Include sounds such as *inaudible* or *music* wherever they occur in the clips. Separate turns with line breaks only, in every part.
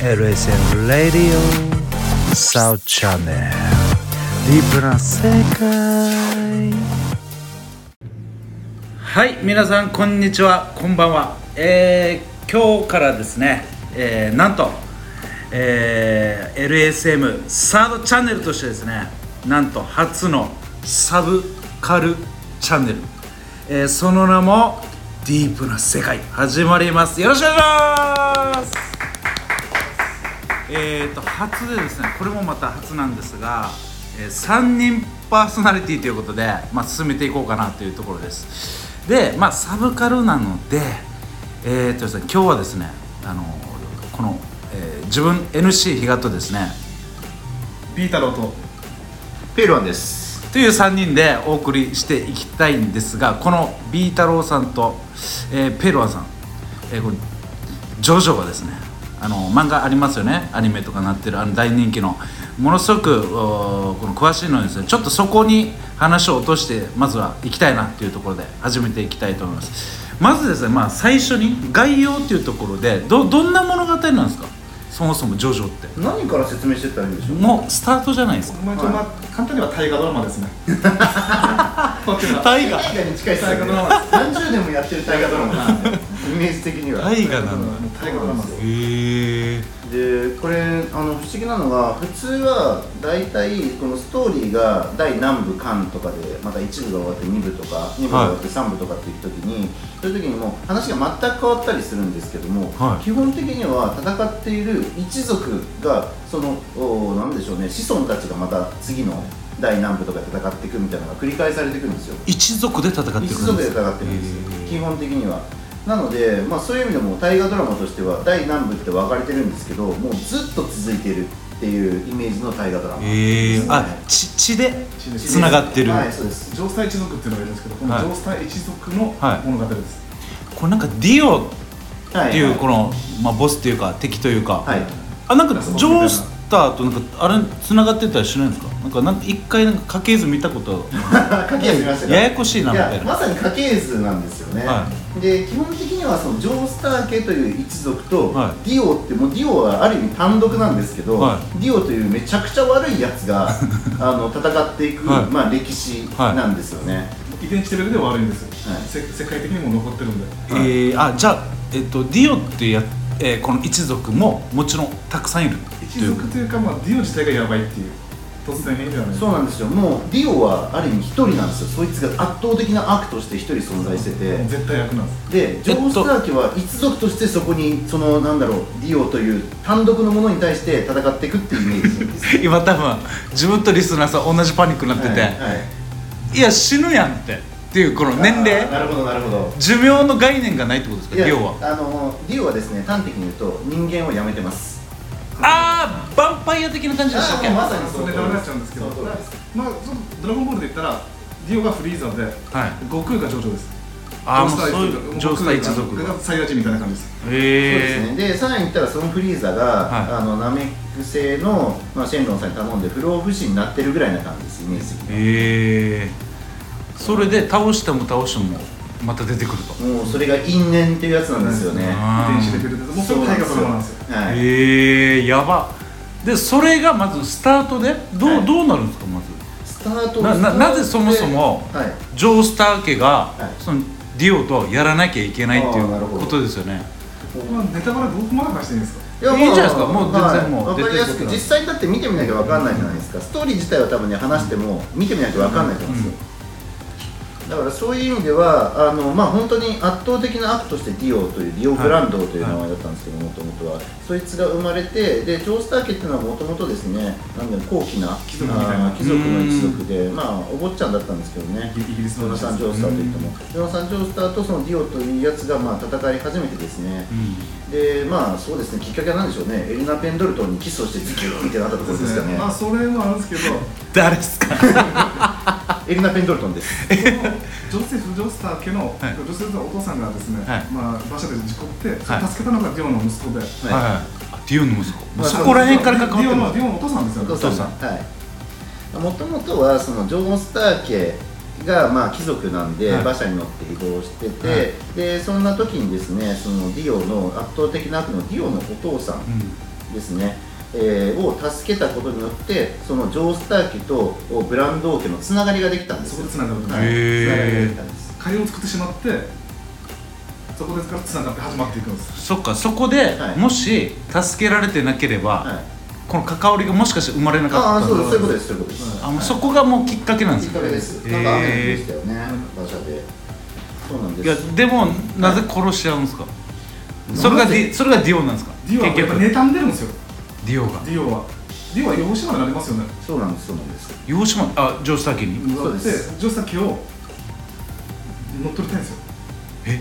LSM Radio South Channel ディープな世界はい皆さんこんにちはこんばんは、えー今日からですね、えーなんと、えー LSM サードチャンネルとしてですねなんと初のサブカルチャンネル、えーその名もディープな世界始まりますよろしくお願いしますえー、と初でですねこれもまた初なんですが、え3人パーソナリティということで、まあ、進めていこうかなというところですで、まあ、サブカルなので,、えーとですね、今日はですねあのこの、えー自分 NC 比嘉とですねピータローと
ペールワンです。
という3人でお送りしていきたいんですがこのビー太郎さんと、えーペルワさん、えーこれジョジョがですねあの漫画ありますよねアニメとかなってるあの大人気のものすごくおーこの詳しいのでですねちょっとそこに話を落としてまずは行きたいなっていうところで始めていきたいと思いますまずですね、まあ、最初に概要っていうところでどどんな物語なんですかそもそもジョジョって
何から説明してったらいいんでしょう。
もうスタートじゃないですか
まあ、まあ、簡単には大河ドラマですね。こっちが。
*laughs* 大河
大河に近いです
大
よね
河ド。ラマで
何十年もやってる大河ドラマなんで、イメージ的には。
大河なんだ
す。大河ドラマです。
へえ
で、これあの不思議なのが普通はだいたいこのストーリーが第何部間とかでまた一部が終わって二部とか二部が終わって三部とかっていう時に、そういう時にもう話が全く変わったりするんですけども、
はい
基本的には戦っている一族がそのおなんでしょうね子孫たちがまた次の第何部とかで戦っていくみたいなのが繰り返されていくんですよ。
一族で戦ってる
一族で戦ってるんですよ基本的にはなので、まあ、そういう意味でも大河ドラマとしては第何部って分かれてるんですけどもうずっと続いてるっていうイメージの大河ドラマ
え
で
え
すね
あ血血で
血です
つながってる、
はいそうです
城塞一族っていうのがいるんですけど、この
はい
城塞一族の
はい
物語です。
これなんかディオ
は
っていうこの、まあ、ボスっていうか敵というか、
はい *laughs*
あなんかジョースターとなんかあれつながってたりしないんですかなんかなんか一回なんか家系図見たこと
書きやすましたね
ややこしいなみたいな
やまさに家系図なんですよね、
は
で基本的にはそのジョースター家という一族と、
は
ディオってもうディオはある意味単独なんですけど、
は
ディオというめちゃくちゃ悪いやつ
*laughs*
があの戦っていく、
はい
まあ、歴史なんですよね、
遺伝してるだけでは悪いんですよ。
はい
せ世界的にも残ってるんで。
はい
えー、あじゃあ、えっとディオってや、えーこの一族ももちろんたくさんいる
一族というか、まあ、ディオ自体がやばいっていう。突然変異ではない。
そうなんですよもうディオはある意味一人なんですよそいつが圧倒的な悪として一人存在してて
絶対役なんです。
でジョー・スター家は一族としてそこにそのなんだろうディオという単独のものに対して戦っていくっていうイメージな
*laughs*
んです
今多分自分とリスナーさん同じパニックになってて、
はい
い
はい
や死ぬやんってっていうこの年
あ
齢
ーなるほどなるほど
寿命の概念がないってことですか
いや
ディオは
あのディオはですね端的に言うと人間をやめてます
ああヴァンパイア的な感じでしたっけ
あーもう
は
まさにそ
そうれでダメになっちゃうんですけど。
そうそう
まあ、そのドラゴンボールで言ったら、ディオがフリーザーで、
い
悟空がジョジョです。
ああも
ジ
う
ョース
そ
ター
ういう
一族
ジョースター一族
悟空
が
がサイヤ人みたいな感じです。
そうです
へえ
ね、でさらに言ったらそのフリーザが、
い
あのナメック星の、まあ、シェンロンさんに頼んで不老不死になってるぐらいな感じですイメージ的
へ
に
えそれで倒しても倒してもまた出てくると
もうそれが因縁っていうやつなんですよね、
あー
遺伝子レベルで、もうそれも大河ドラマなんですよ。
はい、
へえやばでそれがまずスタートでどう,、
はい
どうなるんですかまず
スタート
なな
スタート
なぜそもそも
はい、
ジョースター家が、
はい
そのディオとやらなきゃいけないってい
あーなる
う
ほど
ことですよね
ここはネタバレどこまで話していいんですか。
いや
いいんじゃないですかもう全然もう
分かりやす
出て
く
る
実際だって見てみなきゃ分かんないじゃないですかストーリー自体は多分ね話しても見てみなきゃ分かんないと思うんですよ、だからそういう意味ではあの、まあ、本当に圧倒的な悪としてディオというディオ・ブランドという名前だったんですけどもともとはそいつが生まれてでジョースター家っていうのはもともとですねなんだろう高貴な貴
族みたいな
貴族の一族でまあお坊ちゃんだったんですけどね
イギリス
ジョ
の
ナサ
話です
ン・ジョースターといってもジョナサン・ジョースターとそのディオというやつがまあ戦い始めてですね、でまあそうですねきっかけは何でしょうねエリナ・ペンドルトンにキスをしてズキューンってなったところですかね
まあそれもあるんですけ
*laughs*
ど、
誰ですか
エリナ・ペンドルトンです
ジョセフ・ジョスター家の、
はい
ジョセフのお父さんがですね、
はい
まあ馬車で事故って、そ
は
れ
い
助けたのがディオの息子で、
はい、あディオの息子、もう
まあ
そこら辺から関わって
ディ
る
オ
んだ
のディオのお父さんですよね。
お父さんはいもともとはそのジョーン・スター家がまあ貴族なんで
はい
馬車に乗って移動してて、
はい
でそんな時にですねそのディオの圧倒的な悪のディオのお父さん
うん
ですね、えーを助けたことによってそのジョースター家とブランドー家のつながりができたんです
そ
よ
こでつながると
はい
へー
つながりができたんです
カレーを作ってしまってそこですからつながって始まっていくんです
そっかそこで、
はい
もし助けられてなければ、
はい
この関わりがもしかして生まれな
あ
か
あ
った
そう
の
ですそういうことですそういうことです、
あもうそこがもうきっかけなんです
きっか
よ
けです。
へー
なんか雨でしたよね、馬車で。そうなん
いや
です。
でもなぜ殺しちゃうんですか、
い
それが
な
ディ
ぜ
それがディオなんですか
ディオはやっぱ
結局
妬んでるんですよ
ディオが
ディオはディオは養子までなりますよね
そうなんです、そうなんです。
洋島あ上司先に
そうです
で女子さん毛を乗っ取りたいんですよ
え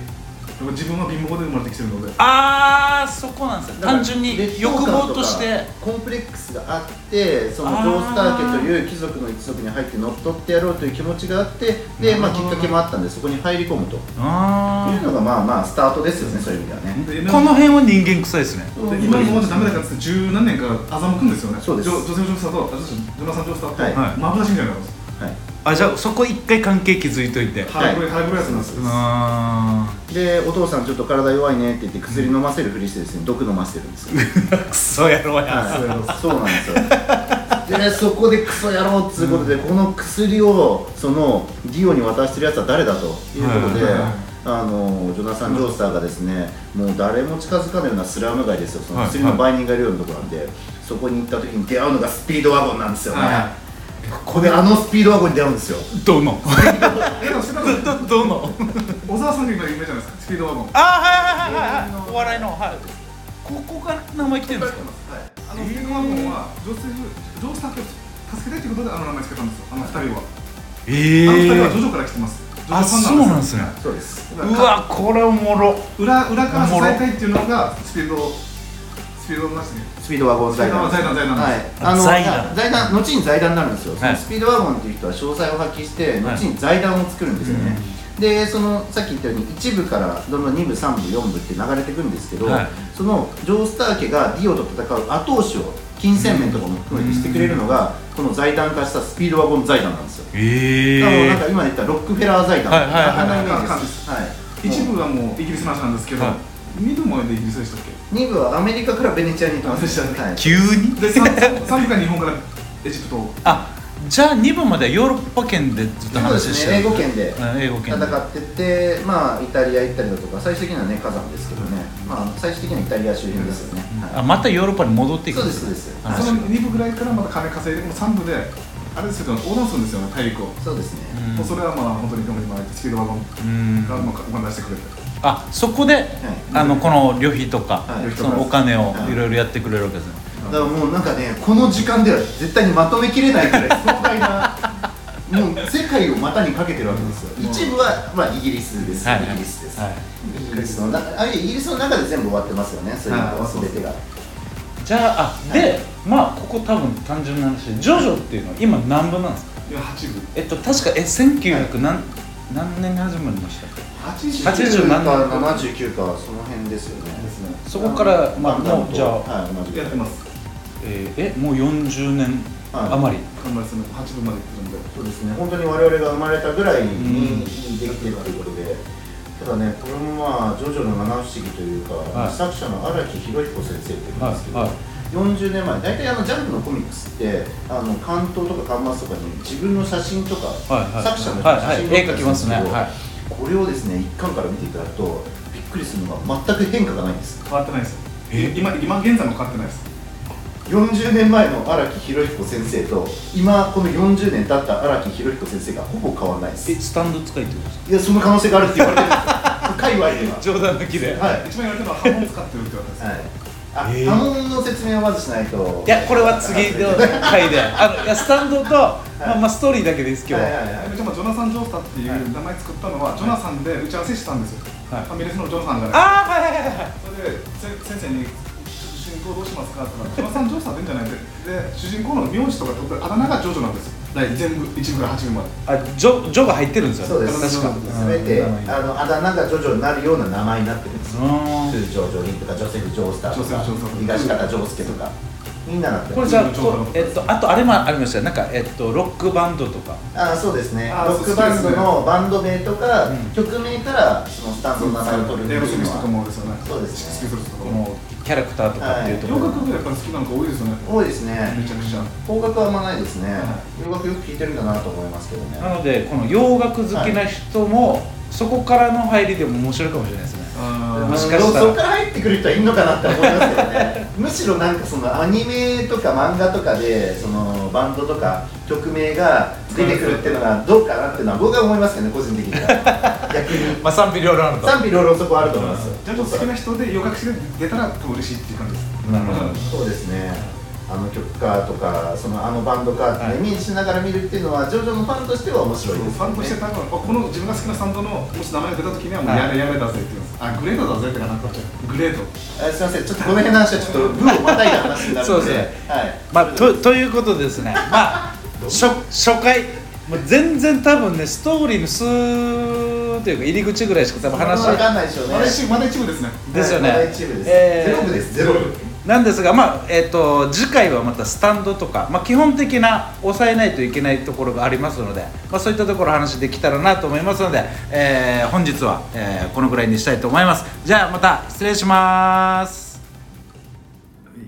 やっぱ自分は貧乏で生まれてきてるので
ああそこなんですよ単純に欲望として。
コンプレックスがあって、そのジョースター家という貴族の一族に入って乗っ取ってやろうという気持ちがあって、で、まあ
な
き
るほ
っ
ど
かけもあったんで、そこに入り込むと。いう
ああ
のがまあまあスタートですよね、そういう意味ではね。
で
この辺は人間臭いですね
で今のままじゃダメだからっつって十何年か欺くんですよね
そうです
ジョ女性の上司と私女さん上司と
はい
はい
マブラシみたいなのが
はい。
あじゃあそこ一回関係築いといて
ハイブレハイブレやつなんですよ
あ
で、お父さんちょっと体弱いねって言って薬飲ませるふりしてですね、毒飲ませてるんですよ。
あクソ野郎や
はい、そうなんですよでそこでクソ野郎っつうことで、この薬をそのディオに渡してるやつは誰だということで、
はい
あのジョナサン・ジョースターがですねもう誰も近づかないようなスラム街ですよその
はい
薬の売人がいるようなところなんで、そこに行った時に出会うのがスピードワゴンなんですよね、
は
ここであのスピードワゴンに出会うんですよ
どの
えでも知ってたの
*laughs* どどの
小沢さんが今有名じゃないですかスピードワゴン
あはいはいはいはいはいお笑いのはいここから名前来てるんですか
はい
あのスピードワゴンはジョースジョースタッフを助けたいということであの名前つけたんですよあの二人は
え
あの二人はジョジョから来てますジョジョ
あそうなんですね
そうです
だ
う
から
わこれおもろ
裏裏から支えたいっていうのがスピードスピードのなしに
スピードワゴン財団
スピードワゴン財団
はいあの
財団
財団後に財団になるんですよ、そ
は
の
い
スピードワゴンっていう人は詳細を発揮して
はい
後に財団を作るんですよね、でそのさっき言ったように1部からどんどん2部3部4部って流れていくんですけど、
はい
そのジョースター家がディオと戦う後押しを金銭面とかも含めてしてくれるのが、この財団化したスピードワゴン財団なんですよ、
え
だからなんか今言ったロックフェラー財団
はいはいはい
あんなイメージです、はい
一部はもうイギリスの話なんですけど、
はい
二部もイギリスでしたっけ
2部はアメリカからベネチアに行ったんですよ、はい
急に
で三三部が日本からエジプト
あじゃあ2部まではヨーロッパ圏でずっと
そうで
話し
す
て
ね、英
る
語圏で
うん英語圏で
戦ってて、まあ、イタリア行ったりだとか、最終的にはね、火山ですけどね、まあ、最終的にはイタリア周辺ですよね。
あ
は
またヨーロッパに戻って
い、
いく
そ
ん
う
で
ですす、
か
そうで
あ
す。
その二部ぐらいからまた金稼いでこの三部であれですけど横断するんですよね大陸を、
そうですね。
うん
もうそれはまあ本当に今までスピードワゴン
うん
がまあお金出してくれて
あそこで、あのこの旅費とか、
はい
そのお金を
はい
いろいろやってくれるわけですね、
だからもうなんかね、この時間では絶対にまとめきれないくらい壮大な、もう世界を股にかけてるわけですよ。一部は、まあ、イギリスです。
はい
イギリスです。
はい
イギリスの中、あるいはイギリスの中で全部終わってますよね、そういうの
は
はい
そう
全てが。
じゃああで、まあここ多分単純な話でジョジョっていうのは今何部なんですか
いや八部
えっと確かえ1900何,、何年に始まりましたっけ
八十
八十
9
何
か79か、その辺ですよね。
ですね
そこからまあもうじゃあ、
はい、同じぐら
や
い
ってます
えーえもう40年
はい
余り、
頑張りすね八部まで行ってるんで
そうですね、本当に我々が生まれたぐらいにできてるということで、ただね、これもまあ、ジョジョの七不思議というか、
はい
作者の荒木博彦先生っていうんですけど、
はいはい
40年前、大体あのジャンプのコミックスって、あの関東とか巻末とかに自分の写真とか、
はいはい
作者の
はいはい
写真が
絵描きますね
あったり
はい
するんですけどこれをですね、一巻から見ていただくと、びっくりするのが全く変化がないんです。
変わってないですよ
え
今今現在も変わってないです
40年前の荒木博彦先生と今この40年経った荒木博彦先生がほぼ変わらないです
えスタンド使いってことですか
いや、その可能性があるって言われてるんですよ界
冗談抜きで、
隈では。はい。
一番言われたのは波紋使ってるって言われたんですよ
はい。あ、
えー
波紋の説明をまずしないと。
いやこれは次の回であのいやスタンドと、まあ、まあストーリーだけでいいです今日
は
はい
はいはい
でもジョナサン・ジョースタっていう名前作ったのはジョナサンで打ち合わせしたんですよ、
はい
ファミレスのジョナサンがね
ああはいはいはいはい
それでせ先生に「主人公どうしますか?」って言ったら「ジョナサン・ジョースタでいいんじゃない?」でで主人公の名字とか取ってあだ名がジョジョなんですよ第全部一部から八部まで
あジョジョが入ってるんですよ
そうです。
確か
すべて、あの、あだ名がジョジョになるような名前になってるんです
う
よ。
ーん
通常ジョリンとか、ジョセフ・ジョースターと
ジョ
か
セフジョースタ、ー
東方ジョースケとか、みんななって
こ
ま
れ
す。
じゃあこえっとあとあれもありましたよなんかえっとロックバンドとか
あ、そうですね。
あ
ロックバンド
そ
のバンド名とか
うん、
曲名から、そのスタンドの名前を取るって
エロ
いう
スミ
の
スとか
は。
もですよね
そうですね
シックスピースとか
こ
も
のキャラクターとかっていうとこ
洋
ろ、
楽がやっぱり好きなのが多いですよね
多いですね
めちゃくちゃ
方角はあんまないですね
は
洋楽よく聴いてるんだなと思いますけどね
なのでこの洋楽好きな人も、そこからの入りでも面白いかもしれないですね
あ
も
ー
しかしたら
そこから入ってくる人はいるのかなって思いますけど
*laughs*
ねむしろなんかそのアニメとか漫画とかでそのバンドとか曲名が出てくるっていうのがどうかなっていうのは僕は思いますけどね個人的
*laughs*
には逆に
まあ賛否両論あると
賛否両論そこはあると思い
*laughs*
ますよ
じゃあちょっと好きな人で洋楽知り出たら多分嬉しいっていう感じです
なるほど
そうですねあの曲かとかそのあのバンドかっていうのをイメージしながら見るっていうのはジョジョのファンとしては面白いです
ファンとして多分あこの自分が好きなサンドのもし名前が出た時にはもうやれやれだぜって言うんですあグレードだぜってかなんかグレード
あすいませんちょっとこの辺の話はちょっと部をまたいだ話になる
そう
の
で
です
ね
はい
まあ、とということでですね、まあ、初初回、もう全然多分ね、ストーリーの数というか、入り口ぐらいしか多分話
分かんないでしょうね
まだ一部まだ一部ですね
ですよね
はいまだ一部です、
えー
ゼロ部ですゼロ部
なんですが、まあえっと次回はまたスタンドとか、まあ、基本的な抑えないといけないところがありますので、まあ、そういったところ話できたらなと思いますので、えー本日は、えーこのぐらいにしたいと思います。じゃあまた失礼します。